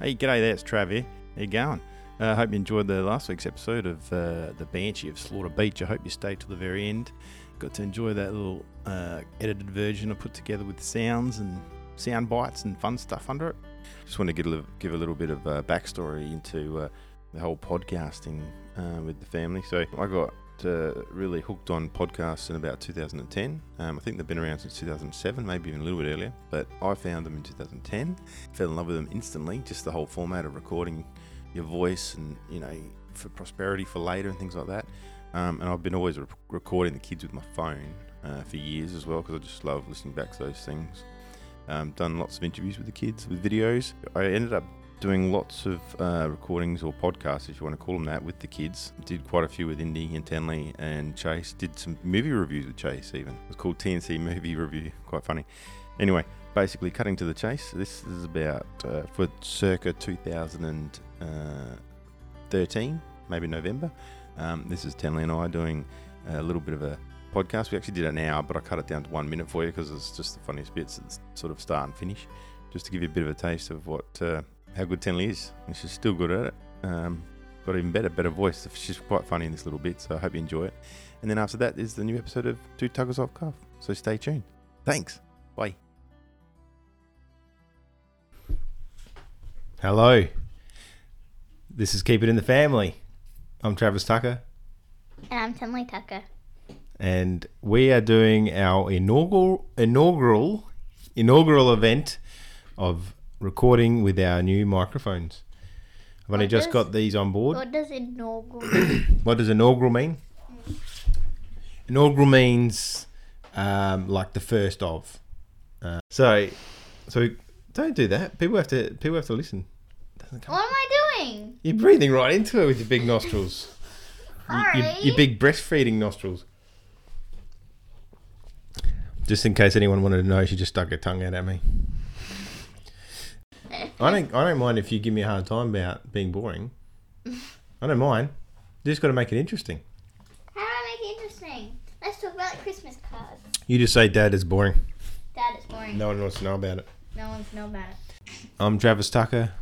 Hey, g'day there, it's Trav here. How you going? I uh, hope you enjoyed the last week's episode of uh, The Banshee of Slaughter Beach. I hope you stayed till the very end. Got to enjoy that little uh, edited version I put together with sounds and sound bites and fun stuff under it. Just want to get a, li- give a little bit of uh, backstory into uh, the whole podcasting uh, with the family. So I got uh, really hooked on podcasts in about 2010. Um, I think they've been around since 2007, maybe even a little bit earlier. But I found them in 2010, fell in love with them instantly. Just the whole format of recording your voice and you know for prosperity for later and things like that. Um, and I've been always re- recording the kids with my phone uh, for years as well because I just love listening back to those things. Um, done lots of interviews with the kids with videos. I ended up doing lots of uh, recordings or podcasts, if you want to call them that, with the kids. Did quite a few with Indy and Tenley and Chase. Did some movie reviews with Chase even. It was called TNC Movie Review. Quite funny. Anyway, basically cutting to the chase. This is about uh, for circa 2013, maybe November. Um, this is Tenley and I doing a little bit of a podcast. We actually did an hour, but I cut it down to one minute for you because it's just the funniest bits. It's sort of start and finish, just to give you a bit of a taste of what uh, how good Tenley is. And she's still good at it. Um, got even better, better voice. She's quite funny in this little bit, so I hope you enjoy it. And then after that is the new episode of Two Tuggers Off Cuff. So stay tuned. Thanks. Bye. Hello. This is Keep It In The Family. I'm Travis Tucker, And I'm Tenley Tucker. and we are doing our inaugural inaugural inaugural event of recording with our new microphones. I've only What just does- got these on board. What does inaugural What does inaugural mean? Inaugural means um, like the first of. Uh, so, so don't do that. People have to people have to listen. Doesn't come. What am I doing? You're breathing right into it with your big nostrils. Y- Sorry. your, your big breastfeeding nostrils. Just in case anyone wanted to know, she just stuck her tongue out at me. I don't. I don't mind if you give me a hard time about being boring. I don't mind. You just got to make it interesting. How do I make it interesting? Let's talk about Christmas cards. You just say, "Dad, it's boring. Dad, it's boring. No one wants to know about it." No one's know about it. I'm Travis Tucker.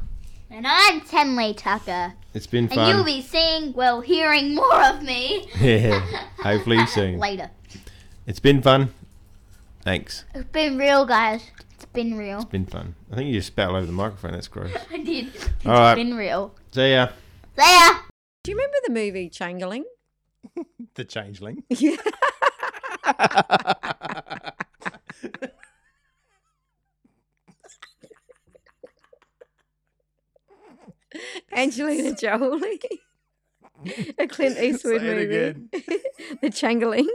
And I'm Tenley Tucker. It's been And fun. you'll be seeing, well, hearing more of me. yeah. Hopefully soon. Later. It's been fun. Thanks. It's been real, guys. It's been real. Been fun. I think you just spat all over the microphone. That's gross. I did. It's All right. been real. See ya. There. Do you remember the movie Changeling? The changeling. Yeah. Angelina Jolie. A Clint Eastwood Say it movie. again. the Changeling.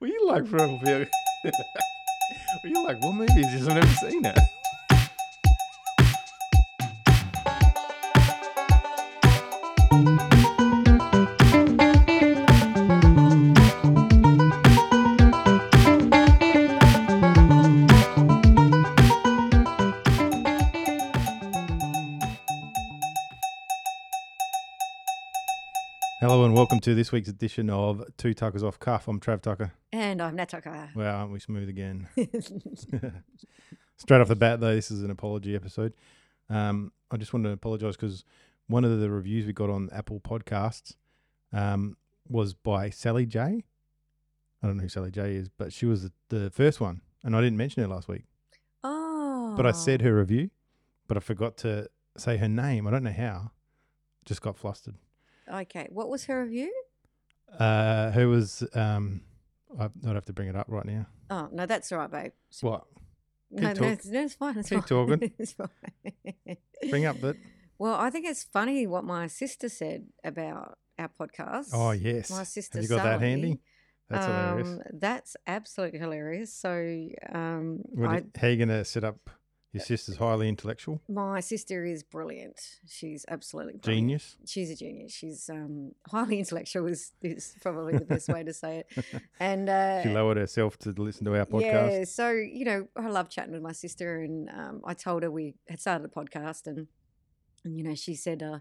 Were you like from? Were you like what movie is this? I've never seen it. Hello and welcome to this week's edition of Two Tuckers Off Cuff. I'm Trav Tucker. and I'm Nataka. Wow, aren't we smooth again? Straight off the bat, though, this is an apology episode. Um, I just wanted to apologise because one of the reviews we got on Apple Podcasts um, was by Sally J. I don't know who Sally J is, but she was the, the first one, and I didn't mention her last week. Oh. But I said her review, but I forgot to say her name. I don't know how. Just got flustered. Okay. What was her review? Uh, who was? Um, I don't have to bring it up right now. Oh, no, that's all right, babe. What? No, Keep no, talk- it's, no, it's fine. It's keep fine. talking. it's fine. Bring up that. Well, I think it's funny what my sister said about our podcast. Oh yes. my sister. Have you got that handy? Sally. That's hilarious. Um, That's absolutely hilarious. So, um, What I, Uh, did- how you going to set up your sister's highly intellectual my sister is brilliant. She's absolutely brilliant. genius? She's a genius. She's um, highly intellectual. Is, is probably the best way to say it. And uh, She lowered herself to listen to our podcast. Yeah, so you know, I love chatting with my sister, and um, I told her we had started a podcast, and and you know, she said, uh,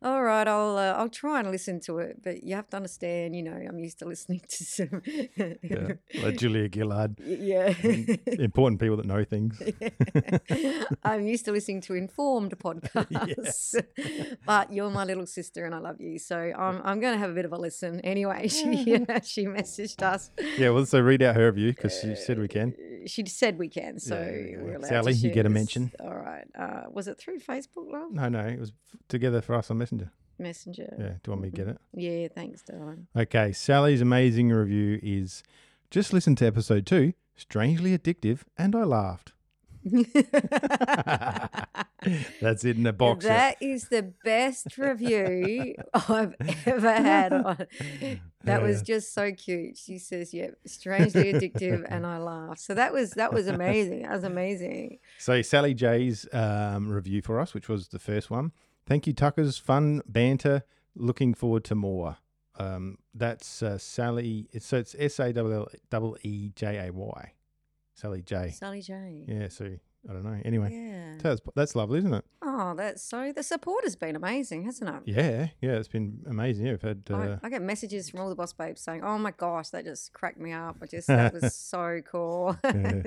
all right, I'll uh, I'll try and listen to it, but you have to understand, you know, I'm used to listening to some. Yeah. Like Julia Gillard. yeah. Important people that know things. I'm used to listening to informed podcasts, but you're my little sister and I love you. So I'm, I'm going to have a bit of a listen anyway. She, she messaged us. Yeah, well, so read out her review because she said we Uh, can. She said we can. So Yeah, yeah, yeah. we're allowed to Sally, you share get a this. mention. All right. Uh, was it through Facebook love? No, no, it was together for us on Messenger. Messenger. Yeah, do you want me to get it? Yeah, thanks, darling. Okay, Sally's amazing review is just listen to episode two, strangely addictive, and I laughed. That's it in a box. That is the best review I've ever had. On. That was just so cute. She says, "Yep, strangely addictive," and I laugh. So that was that was amazing. That was amazing. So Sally J's um, review for us, which was the first one. Thank you, Tuckers. Fun banter. Looking forward to more. Um, that's uh, Sally. It's, so it's S A L L E J A Y. Sally J. Sally J. Yeah. So I don't know. Anyway, Yeah. that's, that's lovely, isn't it? Oh, that's so. The support has been amazing, hasn't it? Yeah. Yeah. It's been amazing. Yeah, we've had. Uh, I, I get messages from all the boss babes saying, "Oh my gosh, that just cracked me up. I just that was so cool." Yeah.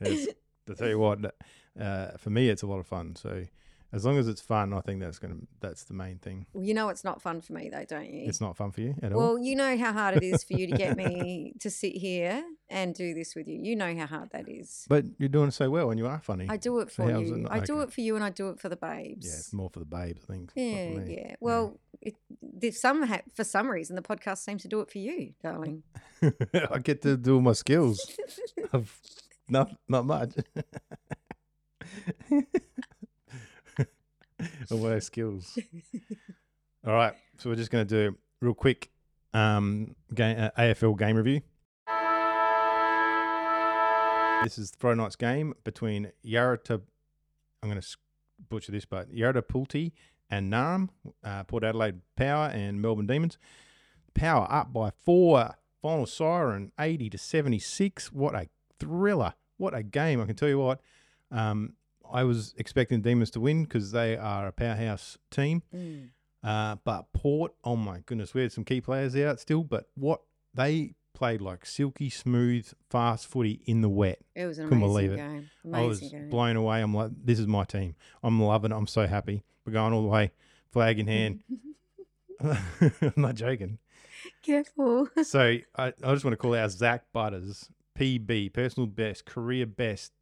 It's, I tell you what, uh, for me, it's a lot of fun. So as long as it's fun, I think that's gonna that's the main thing. Well, you know, it's not fun for me though, don't you? It's not fun for you at all. Well, you know how hard it is for you to get me to sit here and do this with you. You know how hard that is. But you're doing so well, and you are funny. I do it So for how's it you. not- I do okay. it for you, and I do it for the yeah, it's babes. more for the babes, I think. Yeah, yeah. Well, it, the, some ha- for some reason the podcast seems to do it for you, darling. yeah. I get to do all my skills. I've- not not much. all my skills. All right, so we're just gonna do real quick um, game, uh, AFL game review. This is Friday night's game between Yarrata. I'm going to butcher this, but Yarrata Pulti and Narm, uh, Port Adelaide Power and Melbourne Demons. Power up by four. Final siren, 80 to 76. What a thriller! What a game! I can tell you what. Um, I was expecting Demons to win because they are a powerhouse team. Mm. Uh, but Port, oh my goodness, we had some key players out still, but what they played like silky smooth, fast footy in the wet. It was an Couldn't amazing believe it. game. I was Amazing game. blown away. I'm like, this is my team. I'm loving it. I'm so happy. We're going all the way, flag in hand. I'm not joking. Careful. So I, I just want to call out Zach Butters, PB, personal best, career best,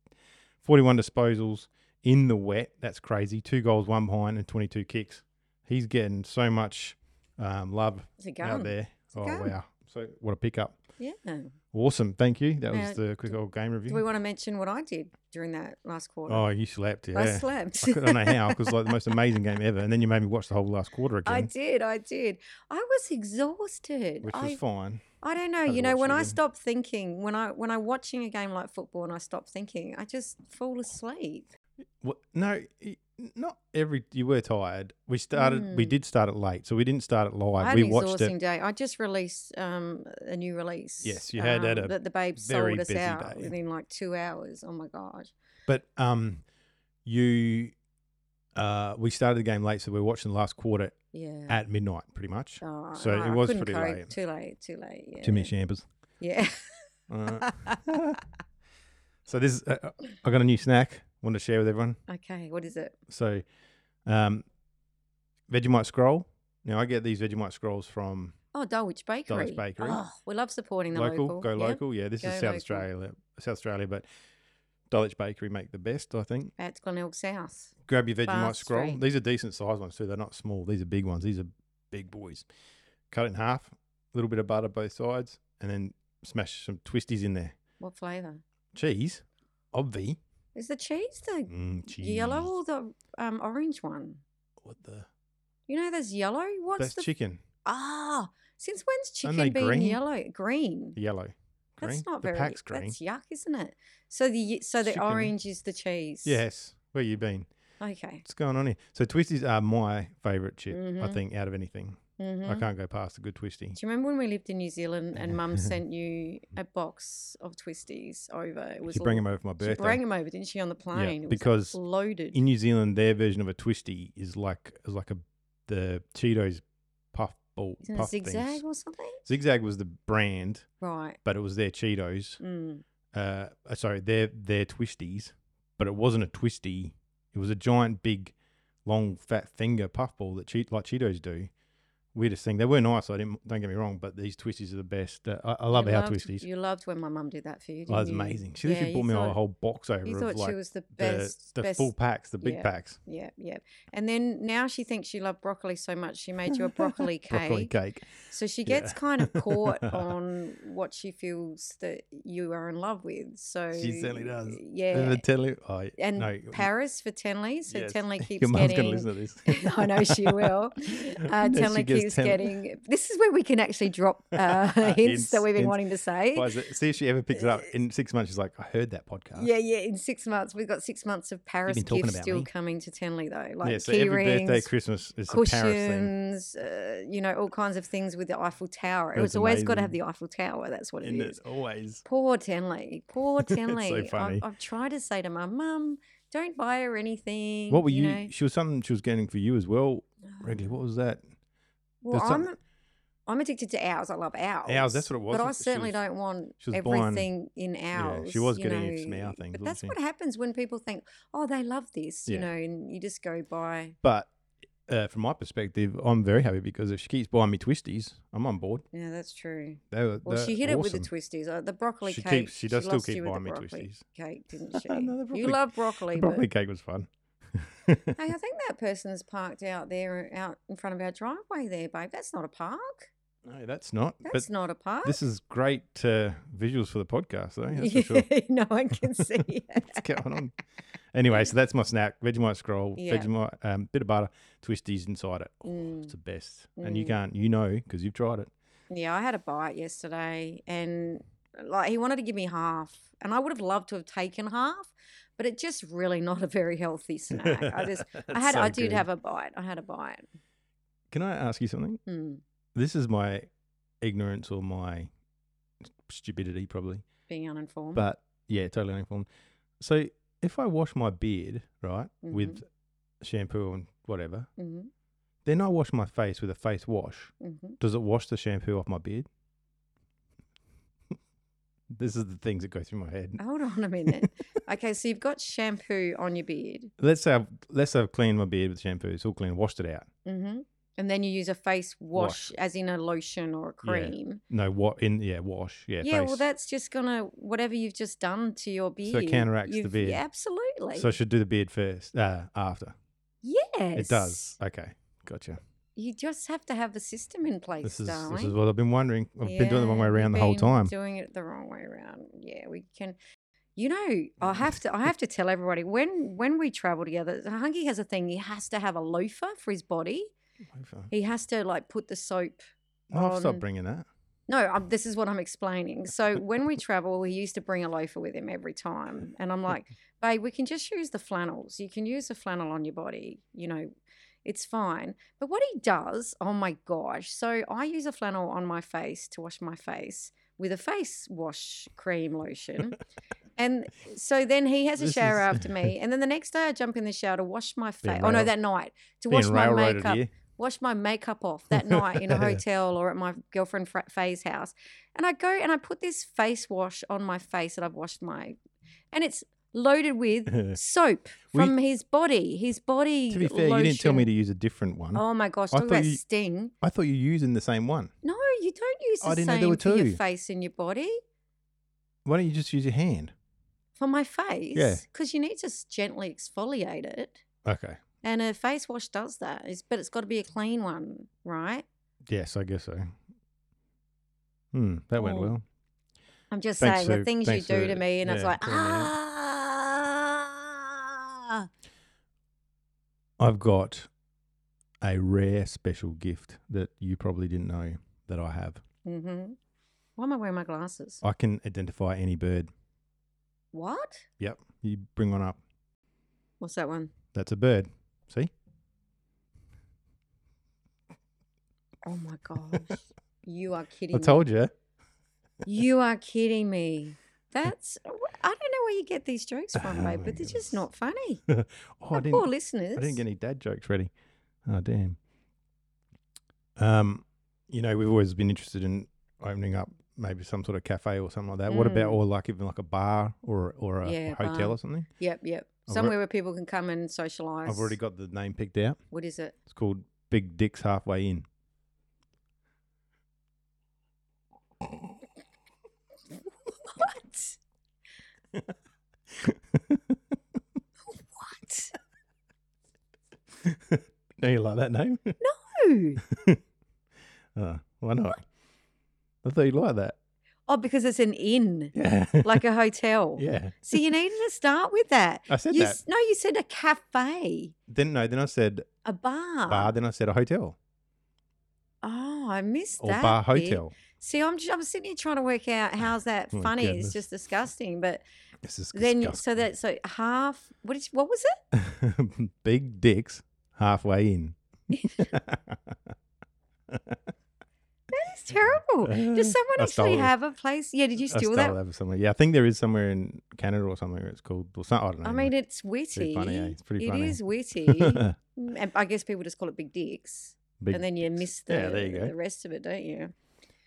41 disposals in the wet. That's crazy. Two goals, one behind, and 22 kicks. He's getting so much um, love It's a out gun. there. Oh gun. wow! So what a pickup! Yeah. Awesome, thank you. That was Uh, the quick old game Do we review. want to mention what I did during that last quarter? Oh, you slept, yeah. I slept. I don't know how because like the most amazing game ever, and then you made me watch the whole last quarter I again, did. I did. I was exhausted. which I, was fine. I don't know. Had to You know, watch when it I again. stop thinking, when I when I'm watching a game like football and I stop thinking, I just fall asleep. Well, no, i- not every. You were tired. We started. We Mm. did start it late, so we didn't start it I live. had we an watched exhausting it. day. I just released um, a new release. Yes, you had had um, a that the babe very sold us busy out day. within like two hours. Oh my gosh. But um, you, uh, we started the game late, so we were watching the last quarter Yeah. at midnight, pretty much. Oh, so no, it I was couldn't pretty cope. late. Too late. Too late. Yeah. Jimmy Chambers. Yeah. Uh, so this, is, uh, I got a new snack. Wanted to share with everyone. okay. What is it? So, um, Vegemite scroll. Now I get these Vegemite scrolls from Oh, Dulwich Bakery. Bakery. Oh, we love supporting the local, local. go yeah. local. Yeah, this Go is South local. Australia, South Australia, but Dulwich Bakery make the best, I think. At Glenelg South. Grab your Vegemite Fast scroll. street. These are decent sized ones too. They're not small. These are big ones. These are big boys. Cut it in half, a little bit of butter both sides, and then smash some twisties in there. What flavour? Cheese, obvi. Is the cheese the Mm, cheese. yellow or the um, orange one? What the? You know, there's yellow. What's That's the chicken. ah? Since when's Aren't chicken they being green? yellow? Green. Yellow. Green. That's not the very. pack's green. That's yuck, isn't it? So the ye- so the Chicken. orange is the cheese. Yes. Where you been? Okay. What's going on here? So twisties are my favourite chip, I Mhm. think, out of anything. hmm I can't go past a good twisty. Do you remember when we lived in New Zealand and Mum sent you a box of twisties over? It was She bring l- them over for my She birthday. bring them over, didn't she, on the plane? It was because loaded. in New Zealand, their version of a twisty is like is like a the Cheetos puff ball Isn't it puff zigzag things. or something? Zigzag was the brand, Right. but it was their Cheetos. Mm. Uh, uh, sorry, their their twisties, but it wasn't a twisty. It was a giant, big, long, fat finger puffball that cheat like Cheetos do. Weirdest thing. They were nice. I didn't. Don't get me wrong, but these twisties are the best. Uh, I, I love You our loved- twisties. You loved when my mum did that for Oh, you. didn't it's you? amazing. She Yeah, literally you bought me a thought- whole box over You of thought like she was the the, best. the best, full packs, the big yeah. packs, Yeah, yeah. And then now she thinks you love broccoli so much, she made you a broccoli cake. broccoli cake. So she Yeah. gets kind of caught on what she feels that you are in love with. So She certainly does. Yeah. Uh, tell you, I And no, Paris for Tenley. So yes. Tenley keeps your mum's gonna getting. listen to this. I know she will. Uh, And she Tenley gives keeps Tenley- getting. This is where we can actually drop uh, hints, that Hints, we've been hints. wanting to say. Why is it- See if she ever picks it up in six months. She's like, I heard that podcast. Yeah, yeah. In six months, we've got six months of Paris talking gifts about still me. coming to Tenley though, like yeah. So key every birthday, rings, Christmas is a Paris thing. cushions, uh, you know, all kinds of things with the Eiffel Tower. It That's was always got to have the amazing. Eiffel Tower. That's what In it is. it always. Poor Tenley. Poor It's so Tenley. funny. I've, I've tried to say to my mum, don't buy her anything. What were you? know. She was something she was getting for you as well, Oh. Wrigley. What was that? Well, there's some- I'm, I'm addicted to ours. I love ours. Ours, that's what it was, But I that she certainly was- don't want she was buying- everything in Yeah, ours. she was you getting know. it from our things, But wasn't that's she? what happens when people think, oh, they love this, Yeah. you know, and you just go buy. But uh, from my perspective, I'm very happy because if she keeps buying me twisties, I'm on board. Yeah, that's true. They were. Well, they're she hit it with awesome. the twisties. Uh, the broccoli She cake. keeps- she does still lost keep you with the buying me broccoli twisties. Cake, didn't No, she? the broccoli- you love The broccoli, broccoli cake was fun. but hey, I think that person's parked out there, out in front of our driveway. There, babe. That's not a park. no, that's not. That's but not a park. this is great uh, visuals for the podcast, though. That's for sure. no one can see. What's going on? Anyway, so that's my snack: Vegemite scroll, Yeah. Vegemite, um, bit of butter, twisties inside it. Oh, It's Mm. the best, and you Mm. can't, you know, because you've tried it. Yeah, I had a bite yesterday and like he wanted to give me half and I would have loved to have taken half, but it just really not a very healthy snack. I just I had I did have a bite. I had a bite. Can I ask you something? Mm, This is my ignorance or my stupidity, probably. being uninformed. But yeah, totally uninformed. So if I wash my beard right Mm-hmm. with shampoo and whatever, hmm then I wash my face with a face wash. hmm Does it wash the shampoo off my beard? this is the things that go through my head. Hold on a minute. okay, so you've got shampoo on your beard. Let's say I've, let's say I've cleaned my beard with shampoo. It's all clean. Washed it out. hmm And then you use a face wash, Wash. as in a lotion or a cream. No, what in yeah wash yeah. Yeah, well, face. that's just gonna whatever you've just done to your beard. So it counteracts the you've- beard. Yeah, absolutely. so I should do the beard first. Uh, after yes, it does. Okay, gotcha. You just have to have a system in place, This is darling. this is what I've been wondering. I've been doing it the wrong way Yeah, around you've the whole been time. Doing it the wrong way around. Yeah, we can. You know, I have to. I have to tell everybody when when we travel together. Hunky has a thing. He has to have a loafer for his body. He has to like put the soap. Oh, I've stopped on- bringing that. No, i this is what I'm explaining. So when we travel, he used to bring a loafer with him every time, and I'm like, "Babe, we can just use the flannels. You can use a flannel on your body. You know, it's fine." But what he does, oh my gosh! So I use a flannel on my face to wash my face with a face wash cream lotion, and so then he has a This is- shower after me, and then the next day I jump in the shower to wash my face. Being Oh no, rail- that night to Being wash my railroaded makeup here. wash my makeup off that night in a hotel or at my girlfriend Fra- Faye's house. And I go and I put this face wash on my face that I've washed my, and it's loaded with soap We- from his body. His body. To be fair, you didn't tell me lotion. to use a different one. Oh my gosh! I Talk thought about you- sting. I thought you were using the same one. No, you don't use the I didn't know same there were for your two. face and your body. Why don't you just use your hand? For my face, Yeah. because you need to s- gently exfoliate it, Okay. and a face wash does that. It's, but it's got to be a clean one, right? Yes, I guess so. Hmm, that went Oh. well. I'm just Thanks saying for- the things you thanks do for- to me, and it's yeah, like filling me in. ah. I've got a rare special gift that you probably didn't know that I have. Mm-hmm. Why am I wearing my glasses? I can identify any bird. What? Yep. You bring one up. What's that one? That's a bird. See? Oh my gosh! you are kidding. I told you. me. you are kidding me. That's I don't know where you get these jokes Oh from, babe, my but they're goodness. just not funny. oh, Our I poor didn't listeners. I didn't get any dad jokes ready. Oh damn. Um, you know, we've always been interested in opening up maybe some sort of cafe or something like that. What about Mm. or like even like a bar or or a Yeah, hotel bar. or something? Yep, yep. I've re- Somewhere where people can come and socialize. I've already got the name picked out. What is it? It's called Big Dick's Halfway In. What? what? Do you like that name? No. uh, why not? I thought you liked that. Oh, because it's an inn, Yeah. like a hotel. yeah. So you needed to start with that. I said you, that. s- No, you said a cafe, Then no, then I said a bar. bar, then I said a hotel Oh, I missed or that. bar bit. hotel. Oh, See, I'm j- I'm sitting here trying to work out how's that My funny. goodness. It's just disgusting. But This is then you- so disgusting. that so half what is what was it? Big Dick's Halfway In. That is terrible. Does Uh, someone I actually stole it. have a place? Yeah, did you I steal stole that? that from somewhere. Yeah, I think there is somewhere in Canada or somewhere it's called. Or some, I don't know. I mean, it's pretty witty. funny, eh? It's pretty It funny. is witty. Mm, and I guess people just call it big dicks, Big- and then you miss the, Yeah, there you go. the rest of it, don't you?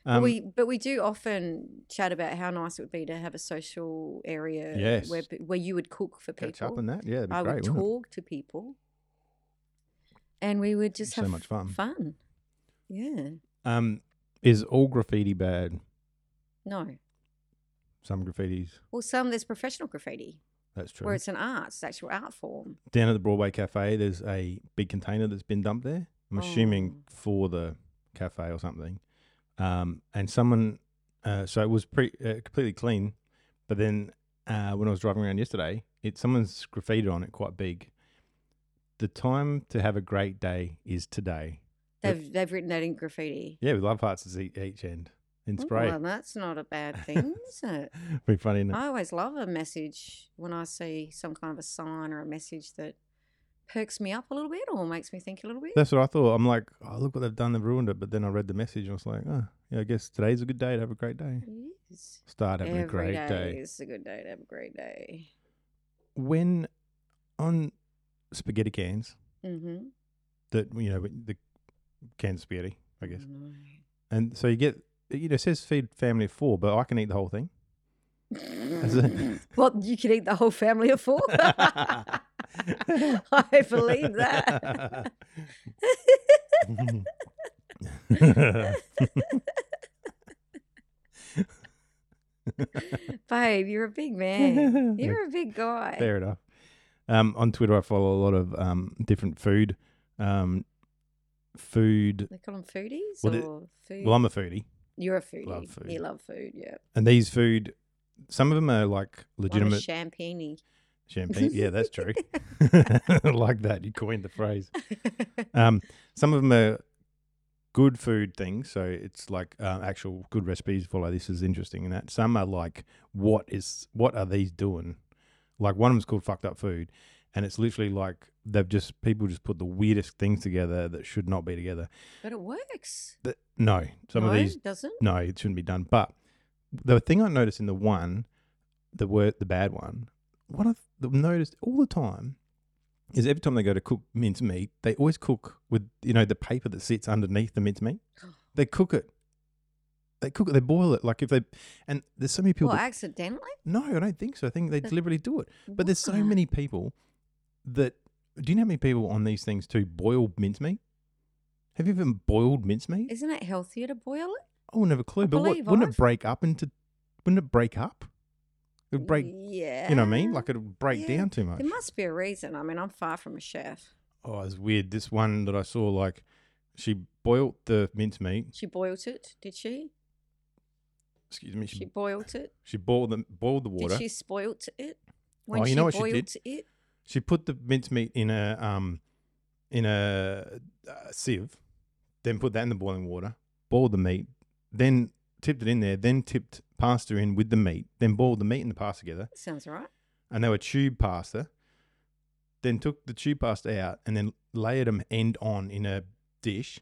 um, but we but we do often chat about how nice it would be to have a social area Yes. where pe- where you would cook for catch people. up on that. Yeah, that'd be I great. would wouldn't it? talk to people, and we would just So have much fun. Fun, yeah. Um, is all graffiti bad? No, Some graffitis. well, some there's professional graffiti That's true. where it's an art, it's actual art form. Down at the Broadway Cafe, there's a big container that's been dumped there. I'm assuming for the cafe or something. Um, and someone, uh, so it was pre- uh, completely clean, but then uh, when I was driving around yesterday, it someone's graffitied on it quite big. The time to have a great day is today. Yep. They've they've written that in graffiti. Yeah, with love hearts at each, each end in Oh, spray. Well, that's not a bad thing, is it? Pretty funny, is I always love a message when I see some kind of a sign or a message that perks me up a little bit or makes me think a little bit. That's what I thought. I'm like, oh, look what they've done. They've ruined it. But then I read the message and I was like, oh, yeah, I guess today's a good day to have a great day. Yes. Start having Every day a great day. is a good day to have a great day. When on spaghetti cans Mm-hmm. that, you know, the canned spaghetti, I guess. Mm. And so you get, you know, it says feed family of four, but I can eat the whole thing. As a- What you could eat the whole family of four. I believe that. Babe, you're a big man. You're a big guy. Fair enough. Um, on Twitter, I follow a lot of um, different food. Um, food. They call them foodies Well, the- or food. Well, I'm a foodie, you're a foodie. love You food. love food, yeah. and these food, some of them are like I'm a legitimate champagne. champagne. Yeah, that's true. like that, you coined the phrase. Um, some of them are good food things, so it's like um, actual good recipes. Follow this is interesting, and that some are like what is what are these doing? Like one of them's called fucked up food, and it's literally like they've just people just put the weirdest things together that should not be together. But it works. Th- no, some no, of these it doesn't. no, it shouldn't be done. But the thing I noticed in the one, the word the bad one, what I've noticed all the time is every time they go to cook minced meat, they always cook with you know the paper that sits underneath the minced meat. They cook it. They cook it. They boil it. Like if they and there's so many people. Well, that, accidentally. no, I don't think so. I think they deliberately do it. But there's so Why? many people that do you know how many people on these things too boil mincemeat? Have you even boiled mincemeat? Isn't it healthier to boil it? I wouldn't have a clue. but what, believe wouldn't I've- it break up into? Wouldn't it break up? It would break. Yeah. You know what I mean? Like it would break yeah. down too much. There must be a reason. I mean, I'm far from a chef. Oh, it's weird. This one that I saw, like, she boiled the mincemeat. She boiled it, did she? Excuse me. She, She she, boiled it. boiled the boiled the water. Did she spoilt it? Oh, you know what she boiled did? it, She put the mincemeat in a um, in a uh, sieve, then put that in the boiling water, boiled the meat, then tipped it in there, then tipped pasta in with the meat, then boiled the meat and the pasta together, sounds right. and they were tube pasta. Then took the tube pasta out and then layered them end on in a dish,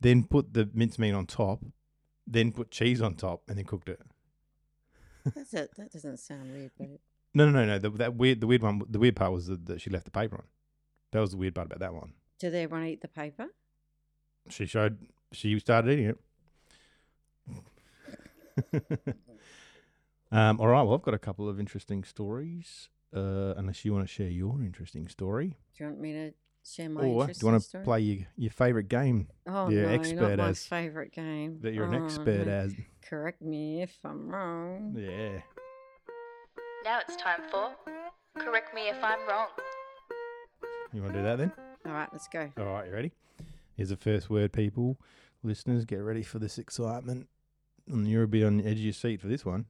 then put the mincemeat on top, then put cheese on top, and then cooked it. That's a, that doesn't sound weird, but it- No, no, no, no. The, that weird, the weird one, the weird part was that that she left the paper on. That was the weird part about that one. did everyone eat the paper? She showed she started eating it. um, all right. Well, I've got a couple of interesting stories. Uh, unless you want to share your interesting story, Do you want me to share my or do you interesting want to story? play your, your favorite game Oh you're no, expert not my as- favorite game. that you're an Oh, expert no. at? Correct me if I'm wrong. Yeah. Now it's time for Correct Me If I'm Wrong. You want to do that then? All right, let's go. All right, you ready? Here's the first word, people. Listeners, get ready for this excitement. And you're a bit on the edge of your seat for this one.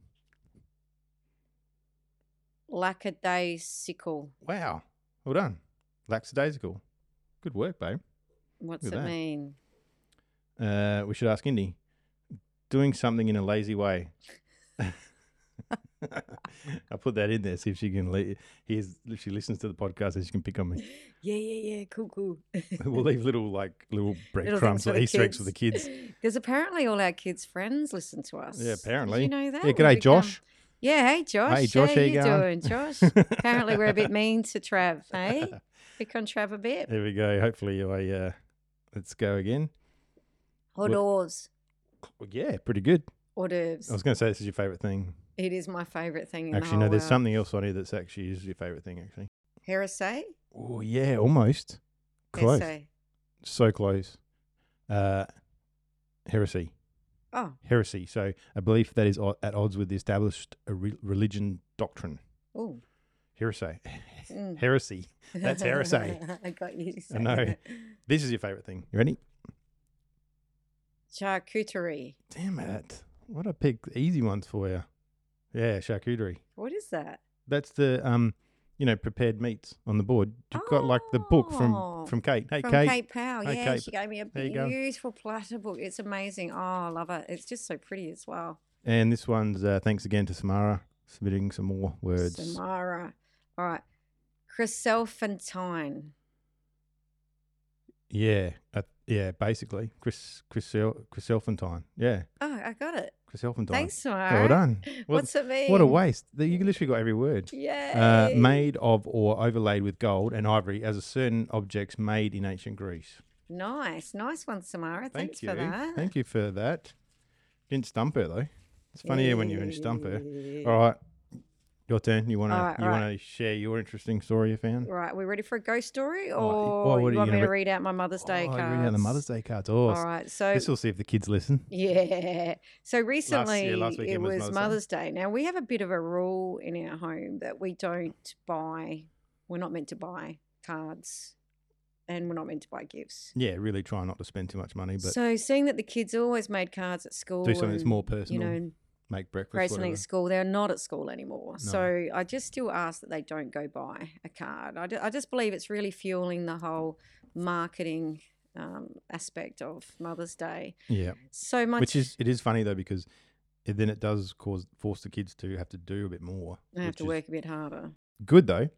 Lackadaisical. Wow. Well done. Lackadaisical. Good work, babe. What's Look it at that. mean? Uh, we should ask Indy. Doing something in a lazy way. I put that in there, see if she can. Le- here's if she listens to the podcast, and she can pick on me. Yeah, yeah, yeah. Cool, cool. We'll leave little like little Little breadcrumbs things for or the Easter eggs for the kids. Because apparently all our kids' friends listen to us. Yeah, Did apparently. you know that? yeah, We've g'day, become- Josh. Yeah, hey Josh. Hey, Josh, how, how you you going? doing, Josh? apparently we're a bit mean to Trav, hey? Pick on Trav a bit. There we go. Hopefully, I uh, let's go again. Hors d'oeuvres. Well, yeah, pretty good. Hors d'oeuvres. I was going to say this is your favorite thing. It is my favourite thing in the Actually, whole no, there's world. something else on here that's actually is your favorite thing. Actually, Heresy? oh yeah, almost close, Essay. so close. Uh, heresy, Oh, heresy. So a belief that is o- at odds with the established uh, re- religion doctrine. ooh. Heresy, Mm. heresy. That's heresy. I got you. I know. saying This is your favorite thing. You ready? Charcuterie. Damn it! What I picked easy ones for you. Yeah, charcuterie. What is that? That's the um, you know, prepared meats on the board. You've got like the book from Oh, from Kate. Hey, From Kate. Kate, Powell. Hey, yeah, Kate. she gave me a There you go. beautiful platter book. It's amazing. Oh, I love it. It's just so pretty as well. And this one's uh, thanks again to Samara submitting some more words. Samara. All right. Chrysophantine. yeah, uh, yeah, basically Chris Chrisel Chriselfantine. Yeah, Oh, I got it. Chriselfantine. Thanks, Samara. Well done. What, What's it mean? what a waste! The- You literally got every word. Yeah. Uh, made of or overlaid with gold and ivory as a certain objects made in ancient Greece. Nice. Nice one, Samara. Thank Thanks you. for that. Thank you for that. Didn't stump her though. It's funnier when you stump her. All right, your turn. You wanna All right, you all right. wanna share your interesting story you found? Right, we ready for a ghost story, or Oh, y- oh, what are you you want me gonna to re- read out my Mother's Day oh, cards? you read out the Mother's Day cards. Oh, All right, so this will see if the kids listen. yeah, so recently last it weekend was Mother's was Day. Mother's Day. Now we have a bit of a rule in our home that we don't buy, we're not meant to buy cards, and we're not meant to buy gifts. Yeah, really try not to spend too much money, but so seeing that the kids always made cards at school, do something that's and, more you personal. know, Make breakfast. Grayson Whatever. Lee's school. They're not at school anymore. No. So I just still ask that they don't go buy a card. I, ju- I just believe it's really fueling the whole marketing um, aspect of Mother's Day. Yeah, So much. which is it is funny though because it, then it does cause force the kids to have to do a bit more. I have which to is work a bit harder. Good though,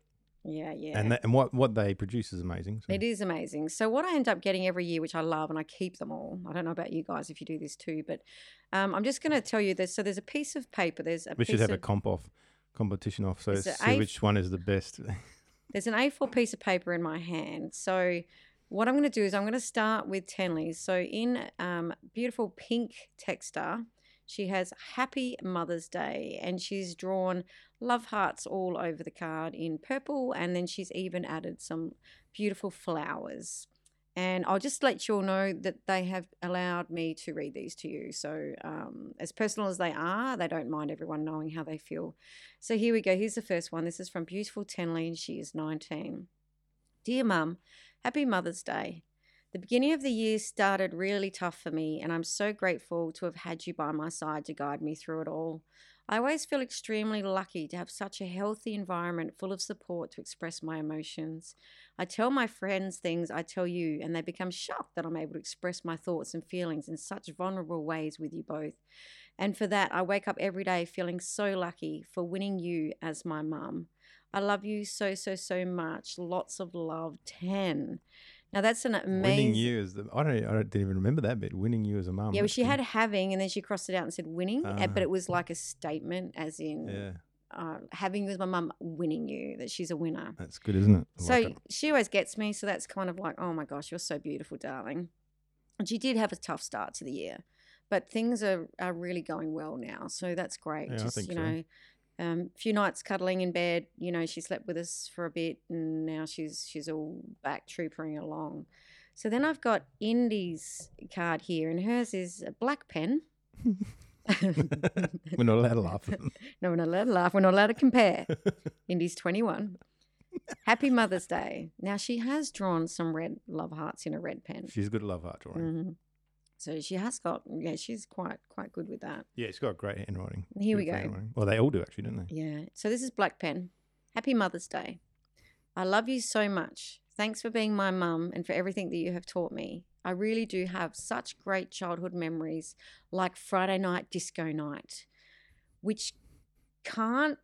Yeah, yeah. and that, and what what they produce is amazing. So. It is amazing. So what I end up getting every year, which I love, and I keep them all. I don't know about you guys if you do this too, but um, I'm just going to tell you this. So there's a piece of paper. There's a We piece should have a of, comp off competition off. So Is see it A- which one is the best. there's an A4 piece of paper in my hand. So what I'm going to do is I'm going to start with Tenley's. So in um, beautiful pink texter, she has Happy Mother's Day, and she's drawn love hearts all over the card in purple, and then she's even added some beautiful flowers. And I'll just let you all know that they have allowed me to read these to you. So, um, as personal as they are, they don't mind everyone knowing how they feel so here we go. Here's the first one. This is from beautiful Tenley, and she is 19. Dear Mum, Happy Mother's Day. The beginning of the year started really tough for me, and I'm so grateful to have had you by my side to guide me through it all. I always feel extremely lucky to have such a healthy environment full of support to express my emotions. I tell my friends things I tell you, and they become shocked that I'm able to express my thoughts and feelings in such vulnerable ways with you both. And for that, I wake up every day feeling so lucky for winning you as my mum. I love you so, so, so much. Lots of love. 10. Now, that's an amazing. Winning you is the I don't I don't, didn't even remember that bit. Winning you as a mum. Yeah, well, that's she good. had having, and then she crossed it out and said winning, uh, but Ah. it was like a statement, as in Yeah, uh, having you as my mum, winning you, that she's a winner. that's good, isn't it? I So like it. she always gets me. So that's kind of like, oh my gosh, you're so beautiful, darling. And she did have a tough start to the year, but things are, are really going well now. So that's great. Yeah, I Just, think you so. know, um, a few nights cuddling in bed, you know, she slept with us for a bit and now she's she's all back troopering along. So then I've got Indy's card here and hers is a black pen. We're not allowed to laugh at them. No, we're not allowed to laugh. We're not allowed to compare. Indy's 21. Happy Mother's Day. Now, she has drawn some red love hearts in a red pen. She's a good love art drawing. Mhm. So she has got, yeah, she's quite, quite good with that. Yeah, she's got great handwriting. Here Beautiful we go. handwriting. Well, they all do actually, don't they? Yeah. So this is Black Pen. Happy Mother's Day. I love you so much. Thanks for being my mum and for everything that you have taught me. I really do have such great childhood memories, like Friday night disco night, which can't